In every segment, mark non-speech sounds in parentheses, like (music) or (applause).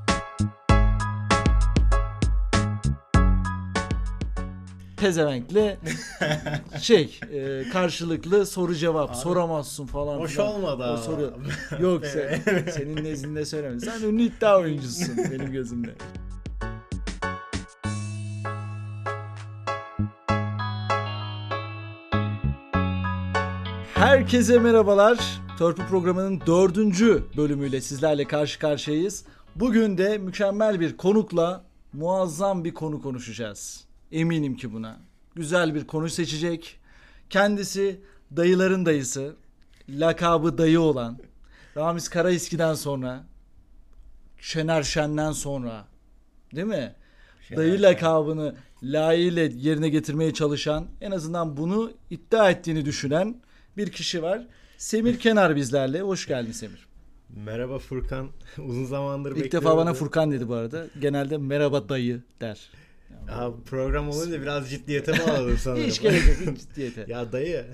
(laughs) pezevenkle şey e, karşılıklı soru cevap Abi, soramazsın falan. Hoş filan. olmadı O ama. (laughs) soru. Yok sen, senin nezdinde söylemedim. Sen ünlü iddia oyuncusun benim gözümde. Herkese merhabalar. Törpü programının dördüncü bölümüyle sizlerle karşı karşıyayız. Bugün de mükemmel bir konukla muazzam bir konu konuşacağız. Eminim ki buna. Güzel bir konu seçecek. Kendisi dayıların dayısı. Lakabı dayı olan. Ramiz Karaeski'den sonra. Şener Şen'den sonra. Değil mi? Şener Dayı Şen. lakabını layığıyla yerine getirmeye çalışan en azından bunu iddia ettiğini düşünen bir kişi var. Semir Kenar bizlerle. Hoş geldin Semir. Merhaba Furkan. (laughs) Uzun zamandır İlk bekliyorum. defa bana Furkan dedi bu arada. Genelde merhaba dayı der. Ya, program olunca (laughs) biraz ciddiyete bağladım sanırım. Hiç gerek yok hiç ciddiyete. ya, (laughs) ya dayı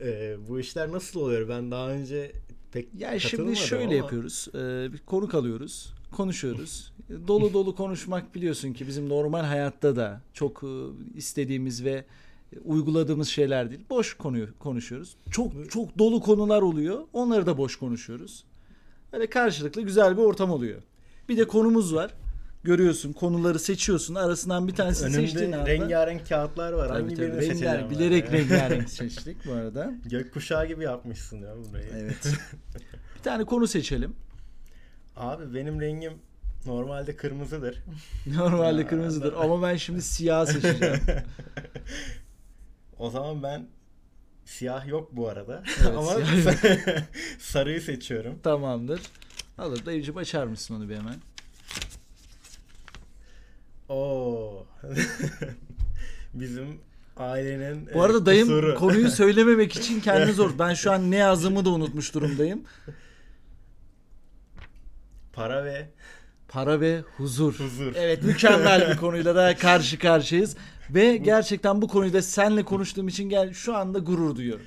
e, bu işler nasıl oluyor? Ben daha önce pek şimdi katılmadım şöyle ama yapıyoruz. Ee, bir konuk alıyoruz. Konuşuyoruz. (laughs) Dolu dolu konuşmak biliyorsun ki bizim normal hayatta da çok e, istediğimiz ve uyguladığımız şeyler değil. Boş konuyu konuşuyoruz. Çok çok dolu konular oluyor. Onları da boş konuşuyoruz. Böyle karşılıklı güzel bir ortam oluyor. Bir de konumuz var. Görüyorsun konuları seçiyorsun. Arasından bir tanesini seçtiğin Önümde anda. rengarenk kağıtlar var. Tabii Hangi tabii. birini Rengar- seçeceğim? ben? (laughs) bilerek rengarenk seçtik bu arada. Gökkuşağı gibi yapmışsın ya burayı. Evet. (laughs) bir tane konu seçelim. Abi benim rengim normalde kırmızıdır. (laughs) Normalde Ya, kırmızıdır ben- ama ben şimdi (laughs) siyah seçeceğim. O zaman ben siyah yok bu arada. Evet, (laughs) Ama siyah (laughs) sarıyı seçiyorum. Tamamdır. Alır dayıcım açar mısın onu bir hemen? Oo. (laughs) Bizim ailenin Bu arada e, dayım kusuru. konuyu söylememek için kendini zor. Ben şu (laughs) an ne yazdığımı da unutmuş durumdayım. para ve Para ve huzur. Huzur. Evet mükemmel (laughs) bir konuyla da karşı karşıyayız. Ve gerçekten bu konuyu da senle konuştuğum için gel şu anda gurur duyuyorum.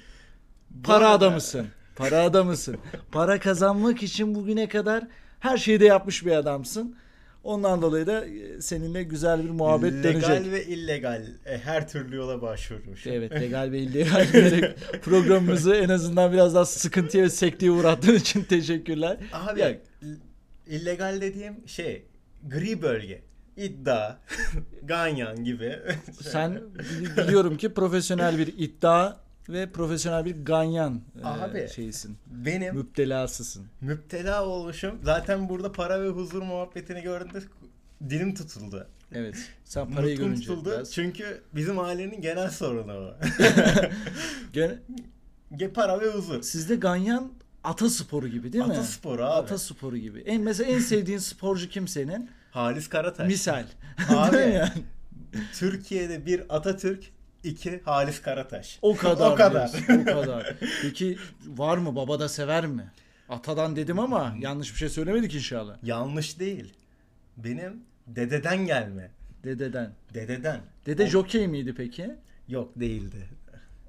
Para arada- adamısın. Para adamısın. Para kazanmak için bugüne kadar her şeyi de yapmış bir adamsın. Ondan dolayı da e, seninle güzel bir muhabbet legal dönecek. ve illegal e, her türlü yola başvurmuş. Evet legal ve illegal diyerek programımızı en azından biraz daha sıkıntıya ve sekteye uğrattığın için teşekkürler. (laughs) Abi Ya- ill- illegal dediğim şey gri bölge. İddia, (laughs) ganyan gibi. (laughs) Sen bili- biliyorum ki profesyonel bir iddia ve profesyonel bir ganyan e, Abi. şeysin. Benim Müptelasısın. müptela olmuşum. Zaten burada para ve huzur muhabbetini gördüğümde dilim tutuldu. Evet. Sen parayı Nutkum görünce tutuldu. biraz. Çünkü bizim ailenin genel sorunu o. (laughs) Gene- Ge- para ve huzur. sizde ganyan ata sporu gibi değil mi? Atasporu abi. Ata sporu gibi. En mesela en sevdiğin sporcu kim senin? Halis Karataş. Misal. (laughs) Abi. Değil mi yani? Türkiye'de bir Atatürk, iki Halis Karataş. O kadar. o kadar. diyorsun, o kadar. Peki var mı? Baba da sever mi? Atadan dedim ama yanlış bir şey söylemedik inşallah. (laughs) Yanlış değil. Benim dededen gelme. Dededen. Dededen. Dede O- jokey miydi peki? Yok değildi.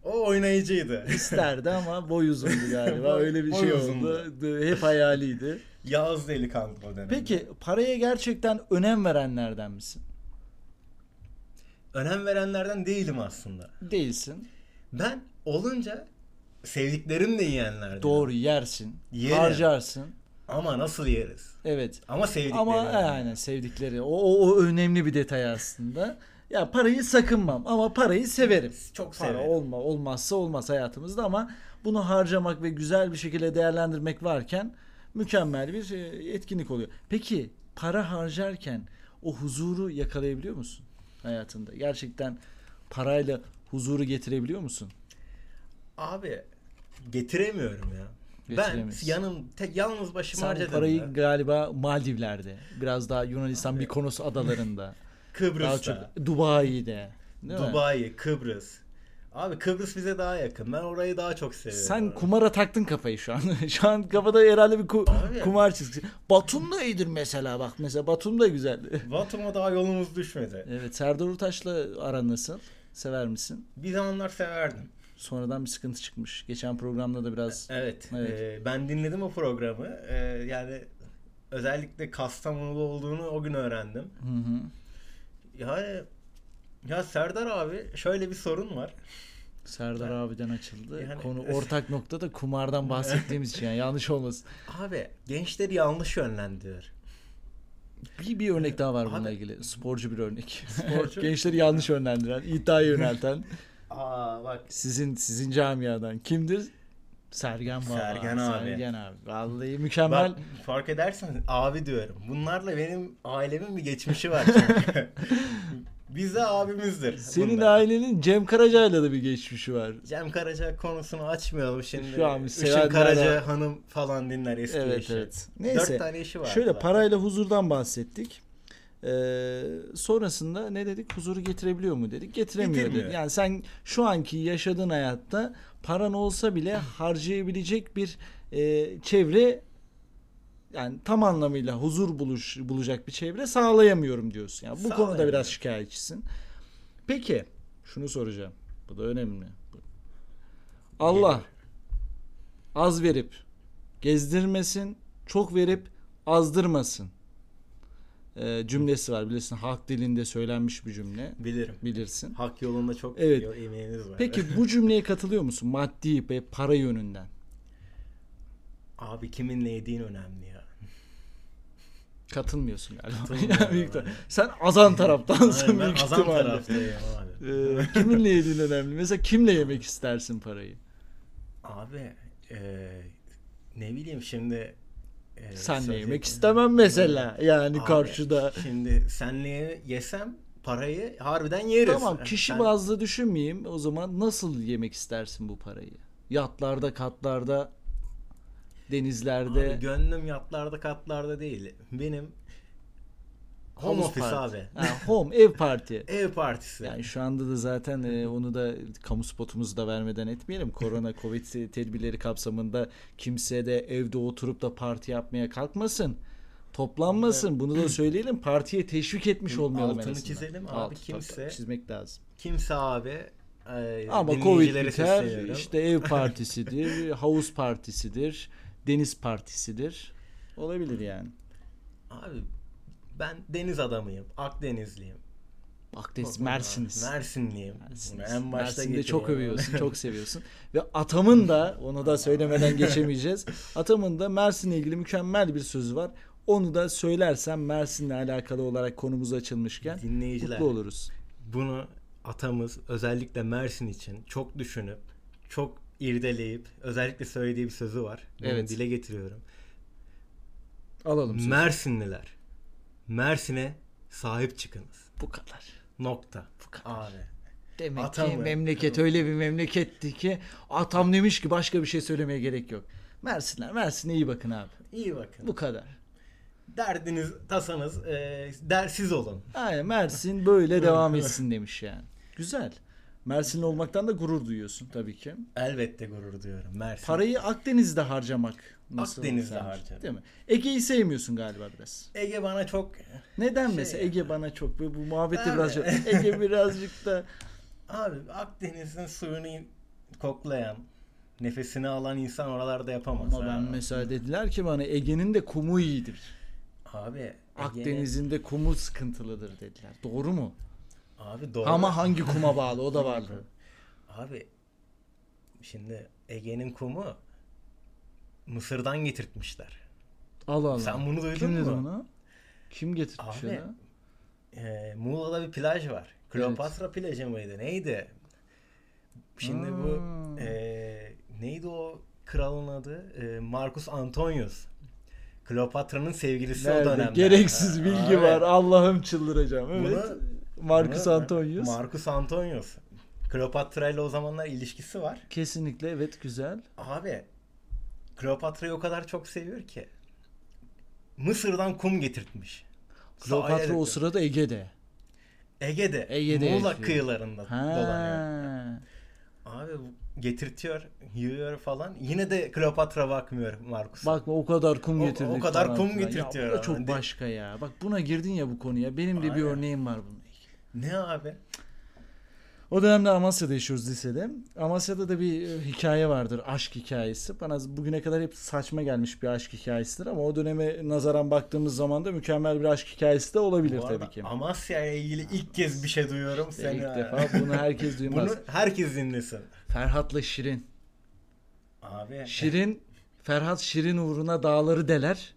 O oynayıcıydı. (laughs) İsterdi ama boy uzundu galiba. Boy- Öyle bir boy şey oldu. uzundu. D- Hep hayaliydi. Yağız delikanlı o dönemde. Peki paraya gerçekten önem verenlerden misin? Önem verenlerden değilim aslında. Değilsin. Ben olunca sevdiklerim de yiyenlerden. Doğru yersin. Yerim. Harcarsın. Ama nasıl yeriz? Evet. Ama sevdiklerim. Ama e, aynen sevdikleri. O, o, o önemli bir detay aslında. Ya parayı sakınmam ama parayı severim. Çok Para severim. olma olmazsa olmaz hayatımızda ama bunu harcamak ve güzel bir şekilde değerlendirmek varken mükemmel bir e, etkinlik oluyor. Peki para harcarken o huzuru yakalayabiliyor musun hayatında? Gerçekten parayla huzuru getirebiliyor musun? Abi getiremiyorum ya. Ben Getiremiyorsun. yanım tek yalnız başıma Sen harcadım. parayı ya. galiba Maldivler'de, biraz daha Yunanistan bir konusu (laughs) adalarında, daha çok Kıbrıs'ta, Dubai'de. değil mi? Dubai, Kıbrıs. Abi Kıbrıs bize daha yakın. Ben orayı daha çok seviyorum. Sen kumara taktın kafayı şu an. (laughs) şu an kafada herhalde bir ku- Abi. kumar çıktı. Batum da iyidir mesela bak mesela Batum da güzel. (laughs) Batum'a daha yolumuz düşmedi. evet Serdar Ortaç'la aran nasıl? Sever misin? Bir zamanlar severdim. Sonradan bir sıkıntı çıkmış. Geçen programda da biraz Evet. Evet. e, ben dinledim o programı. E, yani özellikle Kastamonulu olduğunu o gün öğrendim. Hı hı. Yani Ya Serdar abi şöyle bir sorun var. Serdar abiden açıldı. Yani- Konu ortak nokta da (laughs) kumardan bahsettiğimiz için yani yanlış olmasın. Abi gençleri yanlış yönlendiriyor. Bir, bir örnek daha var Abi- bununla ilgili. Sporcu bir örnek. (laughs) Sporcu. Gençleri yanlış yönlendiren, iddiaya yönelten Aa bak. sizin sizin camiadan kimdir? Sergen Baba. Sergen abi. Sergen abi. Vallahi mükemmel. Bak fark edersen abi diyorum. Bunlarla benim ailemin bir (laughs) geçmişi var çünkü. Bize abimizdir. Senin bunlar. ailenin Cem Karaca'yla da bir geçmişi var. Cem Karaca konusunu açmayalım şimdi. Şu an biz Işın sevenler- Karaca hanım falan dinler eski Evet işi. evet. Neyse. Dört tane işi var. Şöyle zaten. parayla huzurdan bahsettik. Ee, sonrasında ne dedik? Huzuru getirebiliyor mu dedik? Getiremiyor Getirmiyor. dedik. Yani sen şu anki yaşadığın hayatta paran olsa bile harcayabilecek bir e, çevre yani tam anlamıyla huzur buluş bulacak bir çevre sağlayamıyorum diyorsun. Yani bu konuda Sağlayamıyorum. biraz şikayetçisin. Peki şunu soracağım. Bu da önemli. Allah az verip gezdirmesin, çok verip azdırmasın e, cümlesi var bilirsin. Halk dilinde söylenmiş bir cümle Bilirim. bilirsin. Hak yolunda çok Evet. yo- emeğiniz var. Peki bu cümleye katılıyor musun maddi ve para yönünden? (laughs) Abi kiminle yediğin önemli ya. (laughs) Katılmıyorsun galiba. (laughs) Katılmıyorum Yani büyük ben. ihtimal- Sen azan taraftansın Aynen, ben büyük azam ihtimalle. taraftayım (laughs) abi. Ee, kiminle yediğin önemli. Mesela kimle yemek istersin parayı? Abi eee, ne bileyim şimdi eee, Senle söyleyecek- yemek istemem mesela. Yani Abi, karşıda. Şimdi senle yesem parayı harbiden yeriz. Tamam Yani kişi sen- bazlı düşünmeyeyim. O zaman nasıl yemek istersin bu parayı? Yatlarda, katlarda, Abi denizlerde. gönlüm yatlarda katlarda değil. Benim home havuz office parti. abi. Ha, home, ev parti. (laughs) Ev partisi. Yani şu anda da zaten e, onu da kamu spotumuzu da vermeden etmeyelim. (laughs) Korona Covid tedbirleri kapsamında kimse de evde oturup da parti yapmaya kalkmasın. Toplanmasın. Bunu da söyleyelim. Partiye teşvik etmiş Bunun olmayalım en altını azından. çizelim abi, Altı, tabii, kimse- tabii, çizmek lazım. Kimse abi eee, Ama Covid dinleyicilere biter. sesleniyorum. işte ev (laughs) partisidir, havuz partisidir, deniz partisidir. Olabilir yani. Abi ben deniz adamıyım. Akdenizliyim. Akdeniz, Mersin'iz. Mersinliyim. Bunu en başta Mersin'de getireyim. çok övüyorsun, çok seviyorsun. Ve atamın da, onu da söylemeden geçemeyeceğiz. Atamın da Mersin'le ilgili mükemmel bir sözü var. Onu da söylersem Mersin'le alakalı olarak konumuz açılmışken Dinleyiciler. mutlu oluruz. (laughs) Bunu atamız özellikle Mersin için çok düşünüp, çok irdeleyip, özellikle söylediği bir sözü var. Bunu Evet. dile getiriyorum. Alalım sözü. Mersinliler, Mersin'e sahip çıkınız. Bu kadar. Nokta. Bu kadar. Abi. Demek Atam ki mı? memleket öyle bir memleketti ki atam demiş ki başka bir şey söylemeye gerek yok. Mersinler, Mersin'e iyi bakın abi. İyi bakın. Bu kadar. Derdiniz, tasanız, e, dersiz olun. Aynen Mersin böyle devam etsin demiş yani. Güzel. Mersinli olmaktan da gurur duyuyorsun tabii ki. Elbette gurur duyuyorum. Mersin. Parayı Akdeniz'de harcamak nasıl? Akdeniz'de sence? harcarım. Değil mi? Ege'yi sevmiyorsun galiba biraz. Ege bana çok... Neden Şey mesela yani. Ege bana çok ve bu muhabbeti Abi. birazcık Ege birazcık (laughs) da Abi Akdeniz'in suyunu koklayan, nefesini alan insan oralarda yapamaz. ama ha. ben mesela dediler ki bana Ege'nin de kumu iyidir. Abi Ege'nin- Akdeniz'in de kumu sıkıntılıdır dediler. Doğru mu? Abi doğru. Ama hangi kuma bağlı o da vardı. Abi şimdi Ege'nin kumu Mısır'dan getirtmişler. Allah Allah. Sen bunu duydun Kim dedi mu? onu? Kim getirmiş Abi, onu? Ee, Muğla'da bir plaj var. Kleopatra plajı mıydı? Neydi? Şimdi bu Hmm. ee, neydi o kralın adı? Ee, Marcus Antonius. Kleopatra'nın sevgilisi o Nerede? dönemde. Gereksiz Ha, bilgi abi. var. Allah'ım çıldıracağım. Evet. Bunu- Marcus Bunu- Antonius. Marcus Antonius. Kleopatra ile o zamanlar ilişkisi var. Kesinlikle evet güzel. Abi Kleopatra'yı o kadar çok seviyor ki Mısır'dan kum getirtmiş. Kleopatra o Sahile- sırada Ege'de. Ege'de, Ege'de Muğla yaşıyor. kıyılarında dolanıyor. Ha. Abi bu getirtiyor, yiyor falan. Yine de Kleopatra bakmıyor Markus. Bakma o kadar kum O- getirdik. o kadar falan kum filan. Ya getirtiyor bu da ama, çok değil mi? başka ya. Bak buna girdin ya bu konuya. Benim de bir Aynen. örneğim var bununla ilgili. Ne abi? O dönemde Amasya'da yaşıyoruz lisede. Amasya'da da bir e, hikaye vardır. Aşk hikayesi. Bana bugüne kadar hep saçma gelmiş bir aşk hikayesidir ama o döneme nazaran baktığımız zaman da mükemmel bir aşk hikayesi de olabilir Bu arada tabii ki. Amasya ile ilgili ilk kez bir şey duyuyorum. Ve seni. İlk defa bunu (laughs) herkes duymaz. Bunu herkes dinlesin. Ferhat'la Şirin. Abi. Şirin, Ferhat Şirin uğruna dağları deler.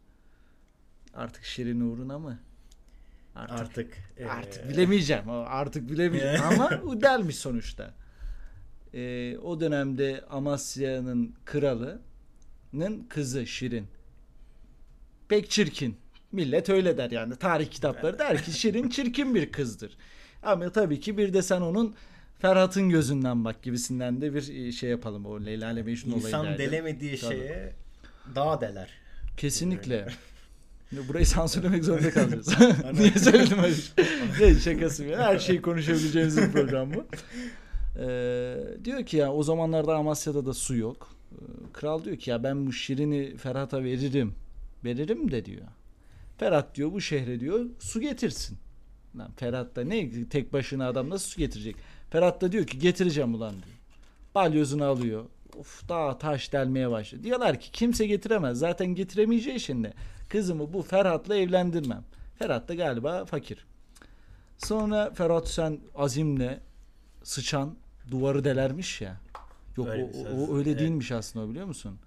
Artık Şirin uğruna mı? Artık, artık, Artık. eee, bilemeyeceğim. O Artık bilemeyeceğim. Ee. Ama (laughs) o delmiş sonuçta. Ee, o dönemde Amasya'nın kralının kızı Şirin. Pek çirkin. Millet öyle der yani. Tarih kitapları der ki Şirin çirkin bir kızdır. Ama tabii ki bir de sen onun Ferhat'ın gözünden bak gibisinden de bir e, şey yapalım. O Leyla ile Mecnun olayı İnsan derdi. delemediği Tabii. şeye dağ deler. Kesinlikle. (laughs) Ya Burayı sansürlemek zorunda kalacağız. (laughs) Niye söyledim öyle şey? Şey, Şakası bir. Her şeyi konuşabileceğimiz bir program bu. Ee, diyor ki ya o zamanlarda Amasya'da da su yok. Ee, Kral diyor ki ya ben bu Şirin'i Ferhat'a veririm. Veririm de diyor. Ferhat diyor bu şehre diyor su getirsin. Lan Ferhat da ne tek başına adam nasıl su getirecek? Ferhat da diyor ki getireceğim ulan diyor. Balyozunu alıyor. Of dağ taş delmeye başlıyor. Diyorlar ki kimse getiremez. Zaten getiremeyeceği şimdi. Kızımı bu Ferhat'la evlendirmem. Ferhat da galiba fakir. Sonra Ferhat sen azimle sıçan duvarı delermiş ya. Yok Öyle o, bir o- söz. o öyle Evet. değilmiş aslında o biliyor musun?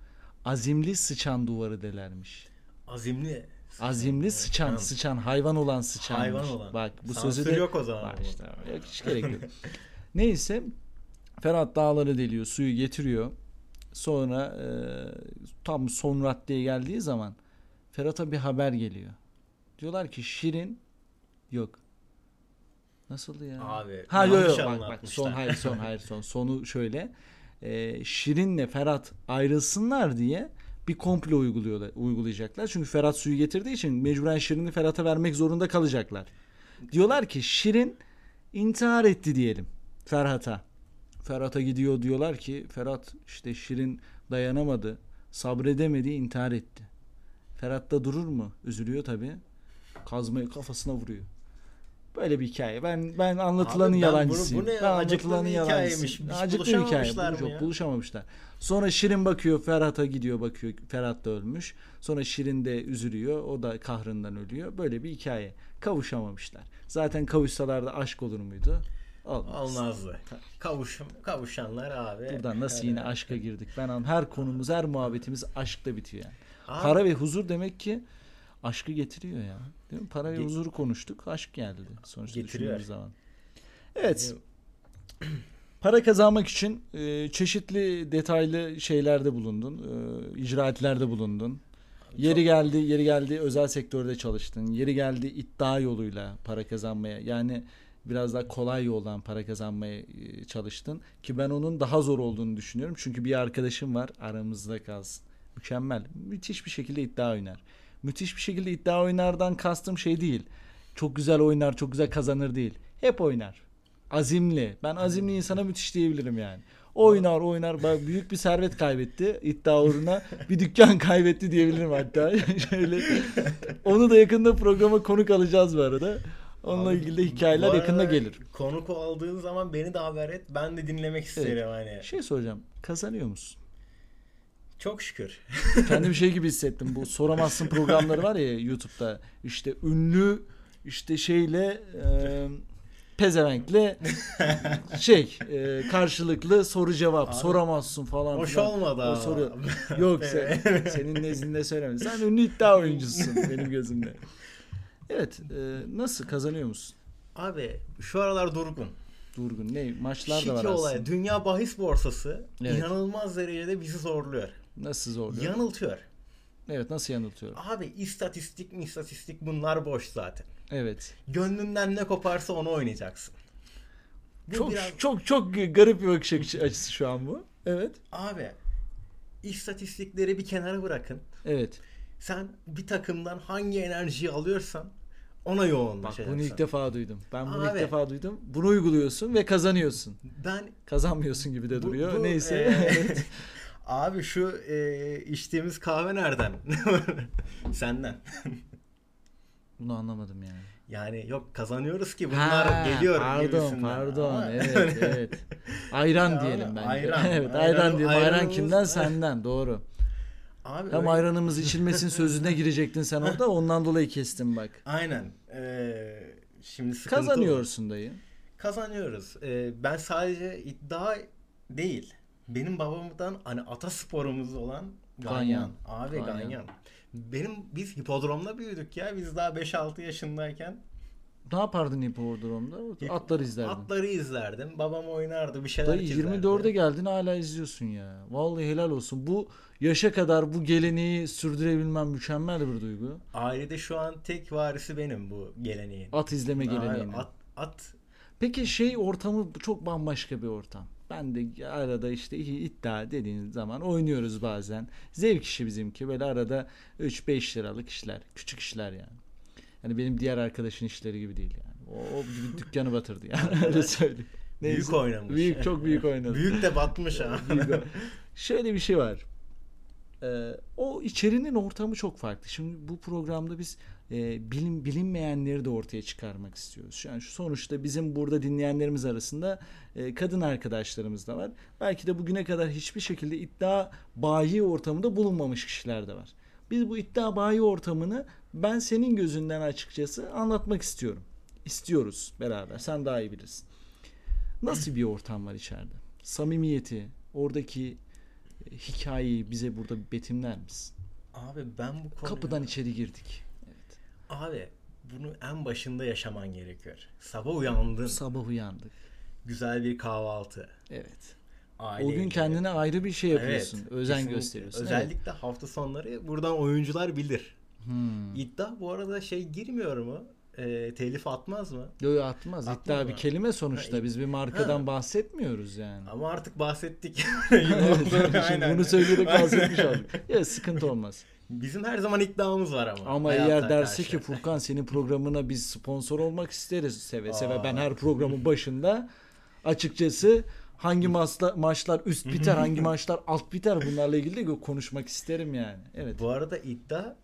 Azimli sıçan duvarı delermiş. Azimli. Azimli sıçan, Tamam. sıçan hayvan olan sıçan. şey. Hayvan olan. Bak bu Sansür sözü de yok o zaman Bak bu. işte, yok hiç gerek (laughs) yok. Neyse Ferhat dağları deliyor, suyu getiriyor. Sonra e, tam son raddeye geldiği zaman Ferhat'a bir haber geliyor. Diyorlar ki Şirin yok. Nasıldı ya? Abi, Ha yok yok yanlış bak, bak anlatmışlar. son hayır son hayır (laughs) son sonu şöyle. E, Şirin'le Ferhat ayrılsınlar diye bir komplo uyguluyorlar, uygulayacaklar. Çünkü Ferhat suyu getirdiği için mecburen Şirin'i Ferhat'a vermek zorunda kalacaklar. Diyorlar ki Şirin intihar etti diyelim Ferhat'a. Ferhat'a gidiyor diyorlar ki Ferhat işte Şirin dayanamadı, sabredemedi, intihar etti. Ferhat da durur mu? Üzülüyor tabii. Kazmayı kafasına vuruyor. Böyle bir hikaye. Ben ben anlatılanın Abi ben bunu- yalancısıyım. bu ne? ben Acıklı bir anlatılanın hikayeymiş. yalancısıyım. Hiç Acıklı bir hikaye. buluşamamışlar Buluş- mı ya? Buluşamamışlar. Sonra Şirin bakıyor Ferhat'a gidiyor bakıyor Ferhat da ölmüş. Sonra Şirin de üzülüyor. O da kahrından ölüyor. Böyle bir hikaye. Kavuşamamışlar. Zaten kavuşsalar da aşk olur muydu? Olmaz. Olmazdı. Kavuş, kavuşanlar abi. Buradan nasıl yine aşka girdik? Ben an her konumuz, her muhabbetimiz aşkla bitiyor yani. Abi- Para ve huzur demek ki aşkı getiriyor ya. Değil mi? Para ve Ge- huzuru konuştuk, aşk geldi sonuçta Getiriyor. düşündüğümüz zaman. Evet. (clears throat) Para kazanmak için e, çeşitli detaylı şeylerde bulundun, e, icraatlerde bulundun. Yeri geldi, yeri geldi özel sektörde çalıştın. Yeri geldi iddia yoluyla para kazanmaya. Yani biraz daha kolay yoldan para kazanmaya e, çalıştın ki ben onun daha zor olduğunu düşünüyorum. Çünkü bir arkadaşım var aramızda kalsın. Mükemmel. Müthiş bir şekilde iddia oynar. Müthiş bir şekilde iddia oynardan kastım şey değil. Çok güzel oynar, çok güzel kazanır değil. Hep oynar. Azimli. Ben azimli insana müthiş diyebilirim yani. Oynar oynar. Ba- Büyük bir servet kaybetti. iddia uğruna bir dükkan (laughs) kaybetti diyebilirim hatta. (laughs) Şöyle. Onu da yakında programa konuk alacağız bu arada. Onunla Abi, ilgili de hikayeler bu yakında arada gelir. Konuk aldığın zaman beni de haber et. Ben de dinlemek isterim hani. Şey soracağım. Kazanıyor musun? Çok şükür. (laughs) Kendimi şey gibi hissettim. Bu soramazsın programları var ya YouTube'da. İşte ünlü işte şeyle e, pezevenkle şey e, karşılıklı soru cevap soramazsın falan. Hoş filan. olmadı O ama. soruyor. (laughs) Yok sen, senin nezdinde söylemiyorum. Sen ünlü iddia oyuncusun benim gözümde. Evet. e, nasıl kazanıyor musun? Abi şu aralar durgun. Durgun. Ne? Maçlar da var Şiki olay. aslında. Dünya bahis borsası Evet. inanılmaz derecede bizi zorluyor. Nasıl zorluyor? Yanıltıyor. Evet. Nasıl yanıltıyorum? Abi istatistik mi istatistik bunlar boş zaten. Evet. Gönlünden ne koparsa onu oynayacaksın. Bu Çok biraz- çok çok garip bir bakış açısı şu an bu. Evet. Abi istatistikleri bir kenara bırakın. Evet. Sen bir takımdan hangi enerjiyi alıyorsan ona Bak yoğunlaşacaksın. bunu ilk defa duydum. Ben bunu ilk Abi. defa duydum. Bunu uyguluyorsun ve kazanıyorsun. Ben Kazanmıyorsun gibi de (laughs) bu- duruyor. (laughs) bu, Neyse. e, Evet. Abi şu (laughs) e, içtiğimiz kahve nereden? Senden. Bunu anlamadım yani. Yani yok kazanıyoruz ki bunlar Ha, geliyor Pardon gibisinden. pardon Ama- (laughs) evet evet. Ayran Ya, diyelim bence. ayran. (laughs) evet ayran, Ayran- diyelim. Ayran ayranımız- kimden senden doğru. Abi Tam öyle- ayranımız içilmesin sözüne girecektin sen orada ondan dolayı kestim bak. Aynen. Ee, şimdi sıkıntı olur. Kazanıyorsun dayı. Kazanıyoruz. Ee, ben sadece iddia değil. Benim babamdan hani ata sporumuz olan Ganyan. Ganyan. Abi Ganyan. Ganyan. Benim biz hipodromda büyüdük ya. Biz daha 5-6 yaşındayken Ne yapardın hipodromda? Atlar izlerdin. atları izlerdim. Babam oynardı bir şeyler Dayı çizerdi. 24'e geldin hala izliyorsun ya. Vallahi helal olsun. Bu yaşa kadar bu geleneği sürdürebilmem mükemmel bir duygu. Ailede şu an tek varisi benim bu geleneğin. At izleme Abi, geleneğini. At, at Peki şey ortamı çok bambaşka bir ortam. Ben de arada işte iyi iddia dediğin zaman oynuyoruz bazen. Zevk işi bizimki. Böyle arada 3-5 liralık işler. Küçük işler yani. Yani benim diğer arkadaşın işleri gibi değil yani. O, o gibi dükkanı batırdı yani. Öyle söyleyeyim. Neyse. büyük oynamış. Büyük çok büyük (laughs) oynadı. büyük de batmış (laughs) ha. Şöyle bir şey var. Ee, o içerinin ortamı çok farklı. Şimdi bu programda biz e, bilin, bilinmeyenleri de ortaya çıkarmak istiyoruz. Yani şu sonuçta bizim burada dinleyenlerimiz arasında e, kadın arkadaşlarımız da var. Belki de bugüne kadar hiçbir şekilde iddia bayi ortamında bulunmamış kişiler de var. Biz bu iddia bayi ortamını ben senin gözünden açıkçası anlatmak istiyorum. İstiyoruz beraber. Sen daha iyi bilirsin. Nasıl bir ortam var içeride? Samimiyeti, oradaki e, hikayeyi bize burada bir betimler misin? Abi ben bu konuyu... Kapıdan içeri girdik. Evet. Abi bunu en başında yaşaman gerekiyor. Sabah uyandın. Sabah uyandık. Güzel bir kahvaltı. Evet. Aile O gün yemeği. kendine ayrı bir şey yapıyorsun. Evet, özen kesinlikle. gösteriyorsun. Evet. Özellikle hafta sonları buradan oyuncular bilir. Hmm. İddia bu arada şey girmiyor mu? Ee, telif atmaz mı? Yo, yo, atmaz. Atmaz İddia mı? bir kelime sonuçta. Ha, Biz bir markadan bahsetmiyoruz (laughs) yani. Ama artık bahsettik. (laughs) (laughs) Evet, şimdi bunu söyleyerek bahsetmiş olduk. Ya sıkıntı olmaz. Bizim her zaman iddiamız var ama. Ama hayata eğer derse karşı. ki Furkan senin programına biz sponsor olmak isteriz seve seve. Aa. Ben her programın başında açıkçası hangi maçla, maçlar üst biter, (laughs) hangi maçlar alt biter bunlarla ilgili de konuşmak isterim yani. Evet. Bu arada iddia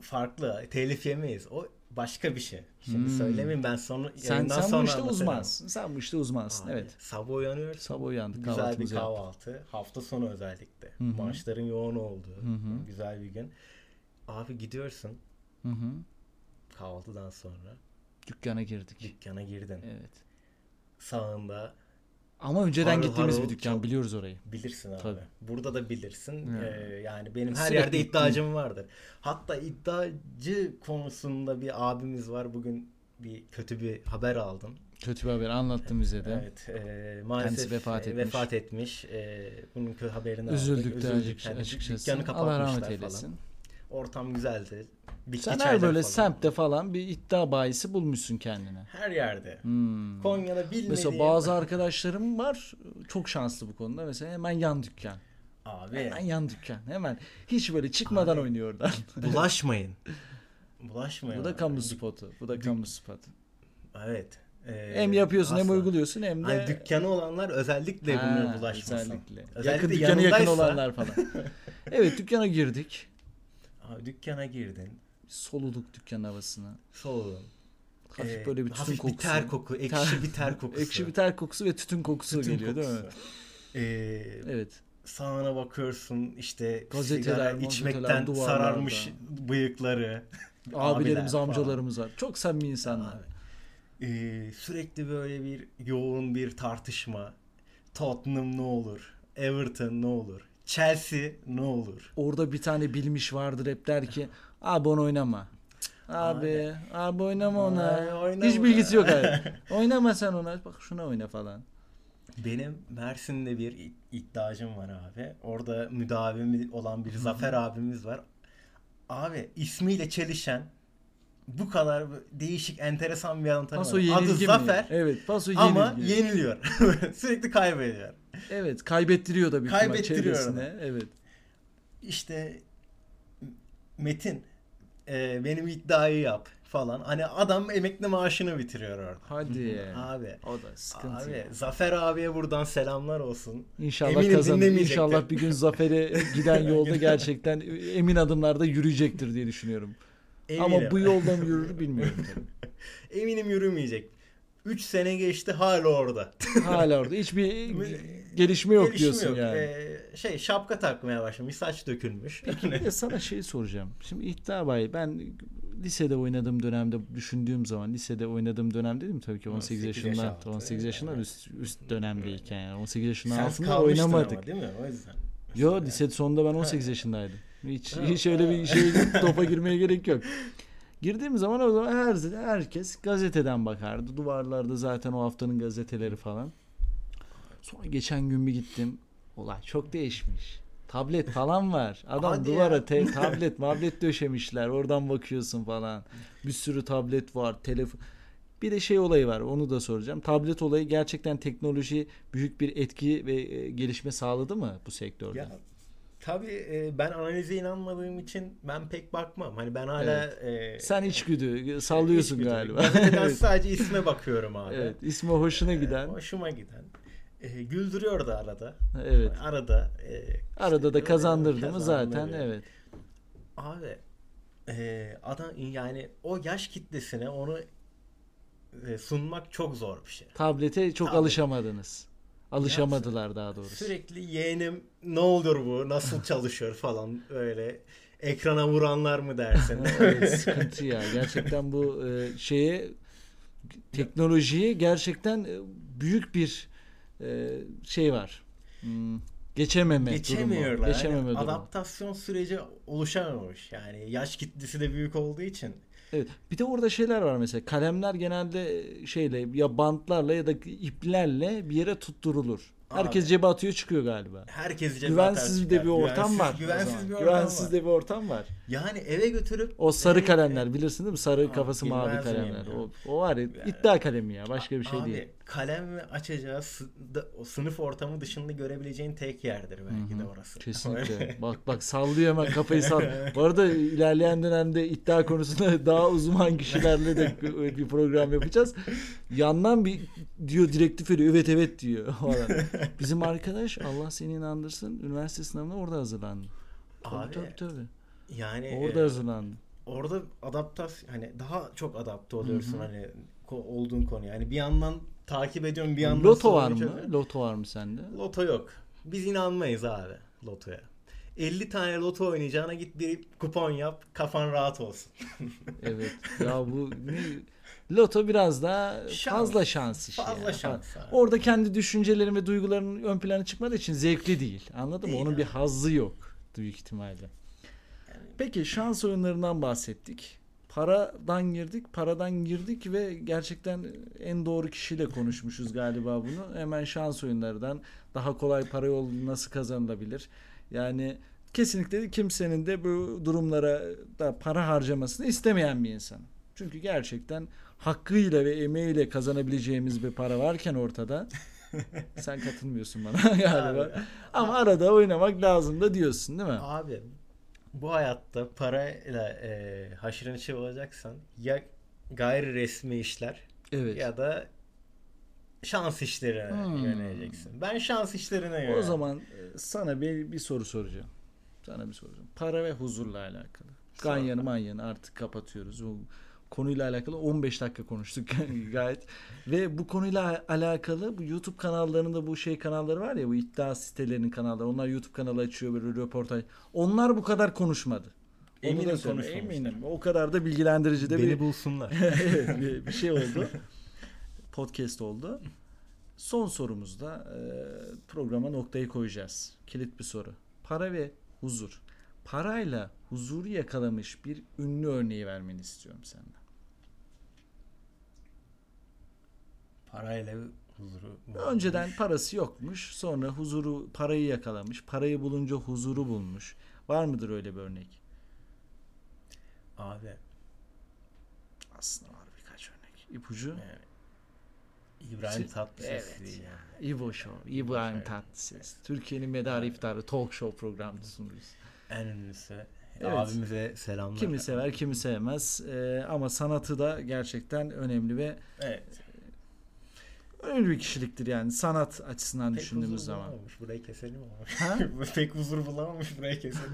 farklı. Telif yemeyiz. O başka bir şey. Şimdi söylemeyeyim ben sonra Hmm. Sen, yayından sen bu sonra işte anlatırım. uzmansın. Sen bu işte uzmansın. Abi, Evet. Sabah uyanıyorsun. Sabah uyandık Güzel bir kahvaltımızı yaptık. kahvaltı. Hafta sonu özellikle. Maçların yoğun olduğu. Güzel bir gün. Abi gidiyorsun Hı hı. kahvaltıdan sonra. Dükkana girdik. Dükkana girdin. Evet. Sağında Ama önceden Harıl gittiğimiz harıl bir dükkan çok- biliyoruz orayı. bilirsin abi. Tabii. Burada da bilirsin. Ya. Ee, yani benim her Sürekli yerde gittiğim- iddiacım vardır. Hatta iddiacı konusunda bir abimiz var. Bugün bir kötü bir haber aldım. Kötü bir haber anlattım bize de. Evet. e, maalesef Kendisi vefat e, etmiş. vefat etmiş. E, bunun kötü haberini Üzüldük aldık. de Yani dük- açıkçası. Hani Dükkanı Allah kapatmışlar rahmet falan. eylesin. Ortam güzeldi. Bitki Sen çaylar her böyle falan. semtte falan bir iddia bayisi bulmuşsun kendine. Her yerde. Hmm. Konya'da bilmediğim... Mesela bazı arkadaşlarım var çok şanslı bu konuda. Mesela hemen yan dükkan. Abi Hemen yan dükkan. Hemen hiç böyle çıkmadan oynuyor (laughs) oradan. bulaşmayın. bulaşmayın. bu da abi. kamu spotu. Bu da kamu spotu. Evet. Ee, Hem yapıyorsun hem asla. uyguluyorsun hem de... Hani dükkanı olanlar özellikle Ha, bunlara bulaşmasın. Özellikle. Özellikle yakın dükkanı yakın yanındaysa- olanlar (laughs) falan. evet dükkana girdik. Abi dükkana girdin. Soluduk dükkan havasına. Soğudun. Hafif Ee, böyle bir tütün hafif kokusu. bir ter koku. Ekşi bir ter (laughs) kokusu. Ekşi bir ter kokusu ve tütün kokusu Tütün geliyor değil mi? kokusu. Ee, Evet. sağına bakıyorsun işte Gazeteler, sigara mazeteler, içmekten duvarlarda. sararmış bıyıkları. (laughs) Abilerimiz, falan. amcalarımız var. Çok samimi insanlar. Abi. Ee, sürekli böyle bir yoğun bir tartışma. Tottenham ne olur? Everton ne olur? Chelsea ne olur? Orada bir tane bilmiş vardır hep der ki abi onu oynama. Abi, abi oynama ona. Ay, oynama. Hiç bilgisi yok (laughs) abi. oynama sen ona. Bak şuna oyna falan. Benim Mersin'de bir i- iddiacım var abi. Orada müdavimi olan bir Zafer abimiz var. Abi ismiyle çelişen bu kadar değişik enteresan bir adam Paso tanımadım. Adı yenilgi mi? Zafer Evet, paso yenilgi. ama yeniliyor. (laughs) Sürekli kaybediyor. Evet, kaybettiriyor da bir ihtimal Kaybettiriyor çevresine. Evet. İşte Metin e, benim iddiayı yap falan. Hani adam emekli maaşını bitiriyor orada. Hadi. Abi. o da sıkıntı. Abi Zafer abiye buradan selamlar olsun. İnşallah Eminim kazanır. dinlemeyecektir. İnşallah (laughs) bir gün zafere giden yolda gerçekten emin adımlarda yürüyecektir diye düşünüyorum. Ama Eminim. bu yolda mı yürür bilmiyorum. (laughs) Eminim yürümeyecek. 3 sene geçti hala orada. Hala orada. Hiçbir gelişme yok Gelişme diyorsun yok. yani. Ee, şey şapka takmaya başlamış. Saç dökülmüş. (laughs) Bir de sana şey soracağım. Şimdi İhtar Bay ben lisede oynadığım dönemde düşündüğüm zaman lisede oynadığım dönem dedim tabii ki 18 18 yaşından yaş altı, 18 yaşından üst, üst dönemdeyken yani 18 yaşından Sen altında kalmıştın oynamadık. ama değil mi? O yüzden. Yo lise sonunda ben 18 yaşındaydım. Hiç hiç öyle bir (laughs) şey topa girmeye gerek yok. Girdiğim zaman o zaman her herkes gazeteden bakardı. Duvarlarda zaten o haftanın gazeteleri falan. Sonra geçen gün bir gittim. Olay çok değişmiş. Tablet falan var. Adam Hadi duvara ya. te- tablet mablet döşemişler. Oradan bakıyorsun falan. Bir sürü tablet var. Telefon. Bir de şey olayı var. Onu da soracağım. Tablet olayı gerçekten teknoloji büyük bir etki ve e, gelişme sağladı mı bu sektörde? Ya tabii e, ben analize inanmadığım için ben pek bakmam. Hani ben hala e, Sen içgüdü sallıyorsun hiçbir- galiba. (laughs) Gazeteden evet, sadece isme bakıyorum abi. evet. İsmi hoşuna E, giden. Hoşuma giden. E, güldürüyor da arada. Evet. Arada. e, Arada da işte, kazandırdı mı zaten kazandırıyor. evet. Abi e, adam yani o yaş kitlesine onu e, sunmak çok zor bir şey. Tablete çok Tablet. Şey- alışamadınız. Alışamadılar daha doğrusu. Sürekli yeğenim ne olur bu nasıl çalışıyor falan böyle ekrana vuranlar mı dersin? (laughs) (laughs) Evet, (laughs) sıkıntı ya. Gerçekten bu e, şeye teknolojiye gerçekten e, büyük bir e, şey var. Hmm, geçememe durumu. Geçemiyorlar. Geçememe Yani durumu. Hani adaptasyon süreci oluşamamış. Yani yaş kitlesi de büyük olduğu için. Evet. Bir de orada şeyler var mesela. Kalemler genelde e, şeyle ya bantlarla ya da iplerle bir yere tutturulur. Herkes Abi. cebe atıyor çıkıyor galiba. Herkes ceza Güvensiz de tercihler. bir ortam Güvensiz- var. o zaman. Güvensiz bir ortam Güvensiz var. de bir ortam var. Yani eve götürüp O sarı Eve- kalemler bilirsin değil mi? Sarı Abi, kafası mavi bilmez miyim kalemler. ya? O, o var ya iddia kalemi ya başka bir şey Abi değil. kalem ve açacağı sı- da- o sınıf ortamı dışında görebileceğin tek yerdir belki de orası. Kesinlikle. bak bak sallıyor hemen kafayı sal. Bu arada ilerleyen dönemde iddia konusunda (laughs) daha uzman kişilerle de bir program yapacağız. Yandan bir diyor direktif veriyor. Evet evet diyor (laughs) falan. Bizim arkadaş Allah seni inandırsın üniversite sınavına orada hazırlandı. Tabii (laughs) Abi tabii tabii. yani Orada e, hazırlandı. orada adaptasyon hani daha çok adapte oluyorsun hani ko- olduğun konuya. Yani bir yandan takip ediyorsun bir yandan Loto var sorunu mı? çözüyorsun. Loto var mı sende? Loto yok. Biz inanmayız abi lotoya. 50 tane loto oynayacağına git bir kupon yap kafan rahat olsun. Evet. Ya bu ne- Loto biraz daha Şans. fazla şans işi. Fazla ya. şans abi. Orada kendi düşüncelerin ve duyguların ön plana çıkmadığı için zevkli değil. Anladın mı? Değil Onun abi. bir hazzı yok büyük ihtimalle. Peki şans oyunlarından bahsettik. Paradan girdik, paradan girdik ve gerçekten en doğru kişiyle konuşmuşuz galiba bunu. Hemen şans oyunlarından daha kolay para yolu nasıl kazanılabilir? Yani kesinlikle kimsenin de bu durumlara da para harcamasını istemeyen bir insan. Çünkü gerçekten hakkıyla ve emeğiyle kazanabileceğimiz bir para varken ortada. Sen katılmıyorsun bana (laughs) galiba. Ama arada oynamak lazım da diyorsun değil mi? Abi bu hayatta parayla e, haşır neşir olacaksan ya gayri resmi işler Evet. ya da şans işlerine Hmm. yöneleceksin. Ben şans işlerine O yöneldim. zaman e, sana bir, bir soru soracağım. Sana bir soru soracağım. Para ve huzurla alakalı. Sor. Ganyanı manyanı artık kapatıyoruz. Bu konuyla alakalı 15 dakika konuştuk (laughs) gayet. Ve bu konuyla alakalı bu YouTube kanallarında bu şey kanalları var ya bu iddia sitelerinin kanalları. Onlar YouTube kanalı açıyor böyle röportaj. Onlar bu kadar konuşmadı. Onu Eminim da söyleyeyim. konuşmamışlar. Eminim. O kadar da bilgilendirici de Beni bir bulsunlar. (laughs) Evet, bir, bir şey (laughs) oldu. Podcast oldu. Son sorumuzda e, programa noktayı koyacağız. Kilit bir soru. Para ve huzur. Parayla huzuru yakalamış bir ünlü örneği vermeni istiyorum senden. Parayla huzuru. Önceden parası yokmuş, sonra huzuru parayı yakalamış, parayı bulunca huzuru bulmuş. Var mıdır öyle bir örnek? Abi Aslında var birkaç örnek. İpucu? İbrahim Tatlıses Evet. değil yani. İbo Show, İbrahim Tatlıses. Türkiye'nin medar iftarı talk show programında sunucusu. En ünlüsü. Evet. Abimize selamlar. Kimi sever, kimi sevmez. Ee, ama sanatı da gerçekten önemli ve Evet. önemli bir kişiliktir yani sanat açısından Pek huzur düşündüğümüz zaman. bulamamış. Burayı keselim ama. Ha? (laughs) Pek huzur bulamamış. (laughs) Burayı keselim.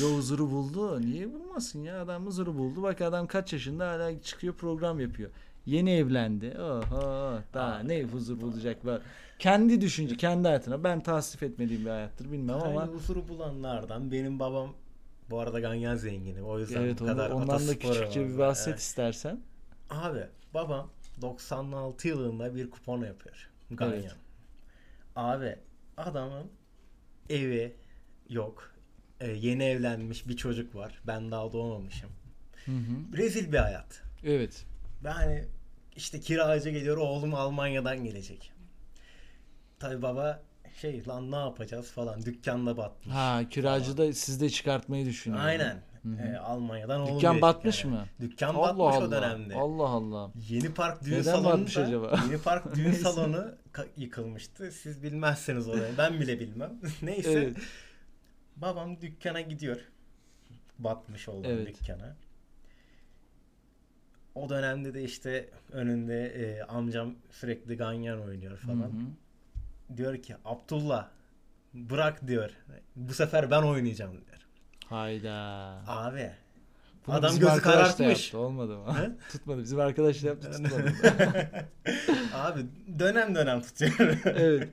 Yo huzuru buldu. Niye bulmasın ya? Adam huzuru buldu. Bak adam kaç yaşında hala çıkıyor program yapıyor. Yeni evlendi. Oho daha ne huzur bulacak bak. Kendi düşünce, kendi hayatına. Ben tasvip etmediğim bir hayattır bilmem ama Aynı huzuru bulanlardan benim babam bu arada ganyan zengini. O yüzden evet bu onu, kadar ondan da ataspora küçükçe bir var. bahset Evet. istersen. Abi babam 96 yılında bir kupon yapıyor. Ganyan. Evet. Abi adamın evi yok. Ee, yeni evlenmiş bir çocuk var. Ben daha doğmamışım. Hı hı. Rezil bir hayat. Evet. Yani işte kiracı geliyor oğlum Almanya'dan gelecek. Tabi baba şey lan ne yapacağız falan dükkanla batmış. Ha kiracı da siz de çıkartmayı düşünüyor. Aynen. Ee, Almanya'dan oğlum Dükkan gelecek batmış yani. mı? Dükkan Allah batmış Allah. o dönemde. Allah Allah. Yeni Park düğün Neden salonu batmış da- acaba? (laughs) Yeni Park düğün Neyse. salonu ka- yıkılmıştı. Siz bilmezseniz orayı. Ben bile bilmem. (laughs) Neyse. Evet. Babam dükkana gidiyor. Batmış olan Evet. dükkana. O dönemde de işte önünde e, amcam sürekli ganyan oynuyor Hı falan. hı. Diyor ki Abdullah bırak diyor. Bu sefer ben oynayacağım diyor. Hayda. Abi. Bunu adam bizim gözü arkadaş da karartmış. yaptı, olmadı mı? He? (laughs) tutmadı. Bizim arkadaş da yaptı (laughs) tutmadı. Abi dönem dönem tutuyor. (laughs) evet.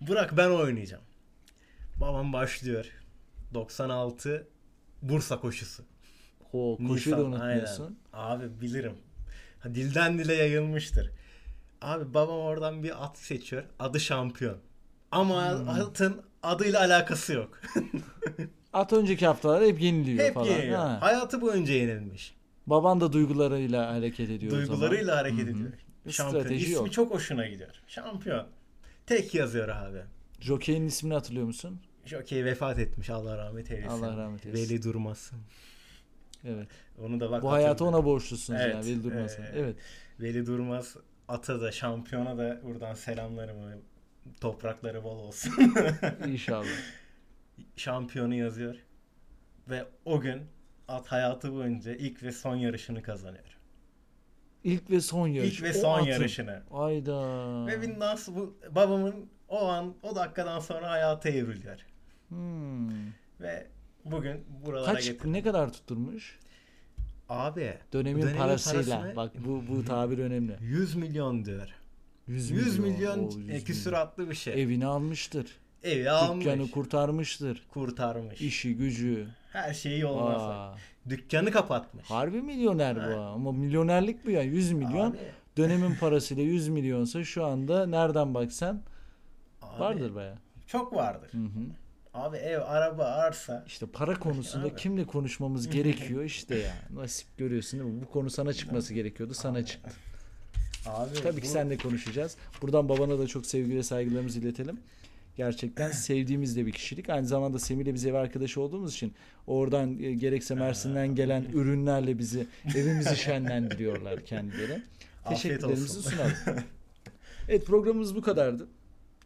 Bırak ben oynayacağım. Babam başlıyor. 96 Bursa koşusu. O koşuyu da Nisan, unutmuyorsun. aynen. Abi bilirim. Ha, dilden dile yayılmıştır. Abi babam oradan bir at seçiyor. Adı şampiyon. Ama Hmm. atın adıyla alakası yok. (laughs) At önceki haftalarda hep yeniliyor Hep falan. yeniliyor. Ha. Hayatı boyunca yenilmiş. Baban da duygularıyla hareket ediyor o zaman. Duygularıyla hareket ediyor. Bir Şampiyon. strateji İsmi yok. çok hoşuna gidiyor. Şampiyon. Tek yazıyor abi. Jockey'in ismini hatırlıyor musun? Jokey vefat etmiş. Allah rahmet eylesin. Allah rahmet eylesin. Veli durmasın. Evet. Onu da bak. Bu hayata hatırlıyorum. ona borçlusunuz Evet, yani. Veli Durmaz'ın. e, evet. Veli Durmaz ata da şampiyona da buradan selamlarımı. Toprakları bol olsun. (laughs) İnşallah. Şampiyonu yazıyor. Ve o gün at hayatı boyunca ilk ve son yarışını kazanıyor. İlk ve son yarış. İlk ve O son atın. yarışını. Ayda. Ve bir nasıl bu babamın o an o dakikadan sonra hayata evriliyor. Hmm. Ve bugün buralara Kaç getirdim. ne kadar tutturmuş? Abi Dönemin, dönemin parasıyla. parasını- Bak bu bu tabir önemli. 100 milyon diyor. 100 milyon. 100 milyon, oo, 100 e, küsuratlı bir şey. Evini almıştır. Evi almış. Dükkanı kurtarmıştır. kurtarmış. İşi gücü. Her şeyi yoluna Aa, Dükkanı kapatmış. harbi milyoner bu. ha. Ama milyonerlik bu ya. 100 milyon. Abi, Dönemin parasıyla 100 milyonsa şu anda nereden baksan abi, vardır baya. Çok vardır. Hı hı. Abi ev, araba, arsa. İşte para konusunda Abi. kimle konuşmamız gerekiyor işte ya. Nasip görüyorsun değil mi? Bu konu sana çıkması gerekiyordu. Sana çıktı. Abi Tabii ki bu- seninle konuşacağız. Buradan babana da çok sevgi ve saygılarımızı iletelim. (clears throat) Gerçekten sevdiğimiz de bir kişilik. Aynı zamanda Semih'le biz ev arkadaşı olduğumuz için oradan e, gerekse Mersin'den gelen ürünlerle bizi evimizi şenlendiriyorlar kendileri. Afiyet Teşekkürlerimizi olsun. sunalım. (laughs) Evet programımız bu kadardı.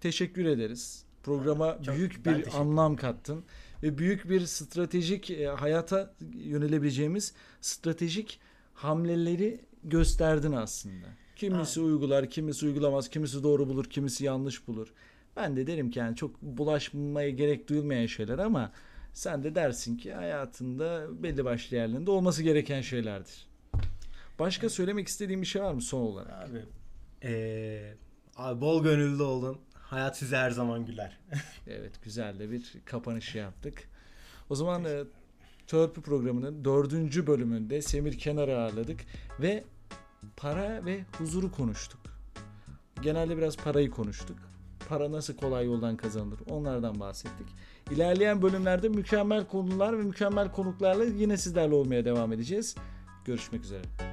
Teşekkür ederiz. Programa Çok- büyük ben bir teşekkür anlam kattın ve büyük bir stratejik e, hayata yönelebileceğimiz stratejik hamleleri gösterdin aslında. Kimisi uygular, kimisi uygulamaz, kimisi doğru bulur, kimisi yanlış bulur. Ben de derim ki yani çok bulaşmaya gerek duyulmayan şeyler ama sen de dersin ki hayatında belli başlı yerlerinde olması gereken şeylerdir. Başka söylemek istediğim bir şey var mı son olarak? Abi, eee, abi bol gönüllü olun. Hayat size her zaman güler. Evet güzel de bir kapanışı yaptık. O zaman e, Törpü programının dördüncü bölümünde Semir Kenar'ı ağırladık ve para ve huzuru konuştuk. Genelde biraz parayı konuştuk. Para nasıl kolay yoldan kazanılır onlardan bahsettik. İlerleyen bölümlerde mükemmel konular ve mükemmel konuklarla yine sizlerle olmaya devam edeceğiz. Görüşmek üzere.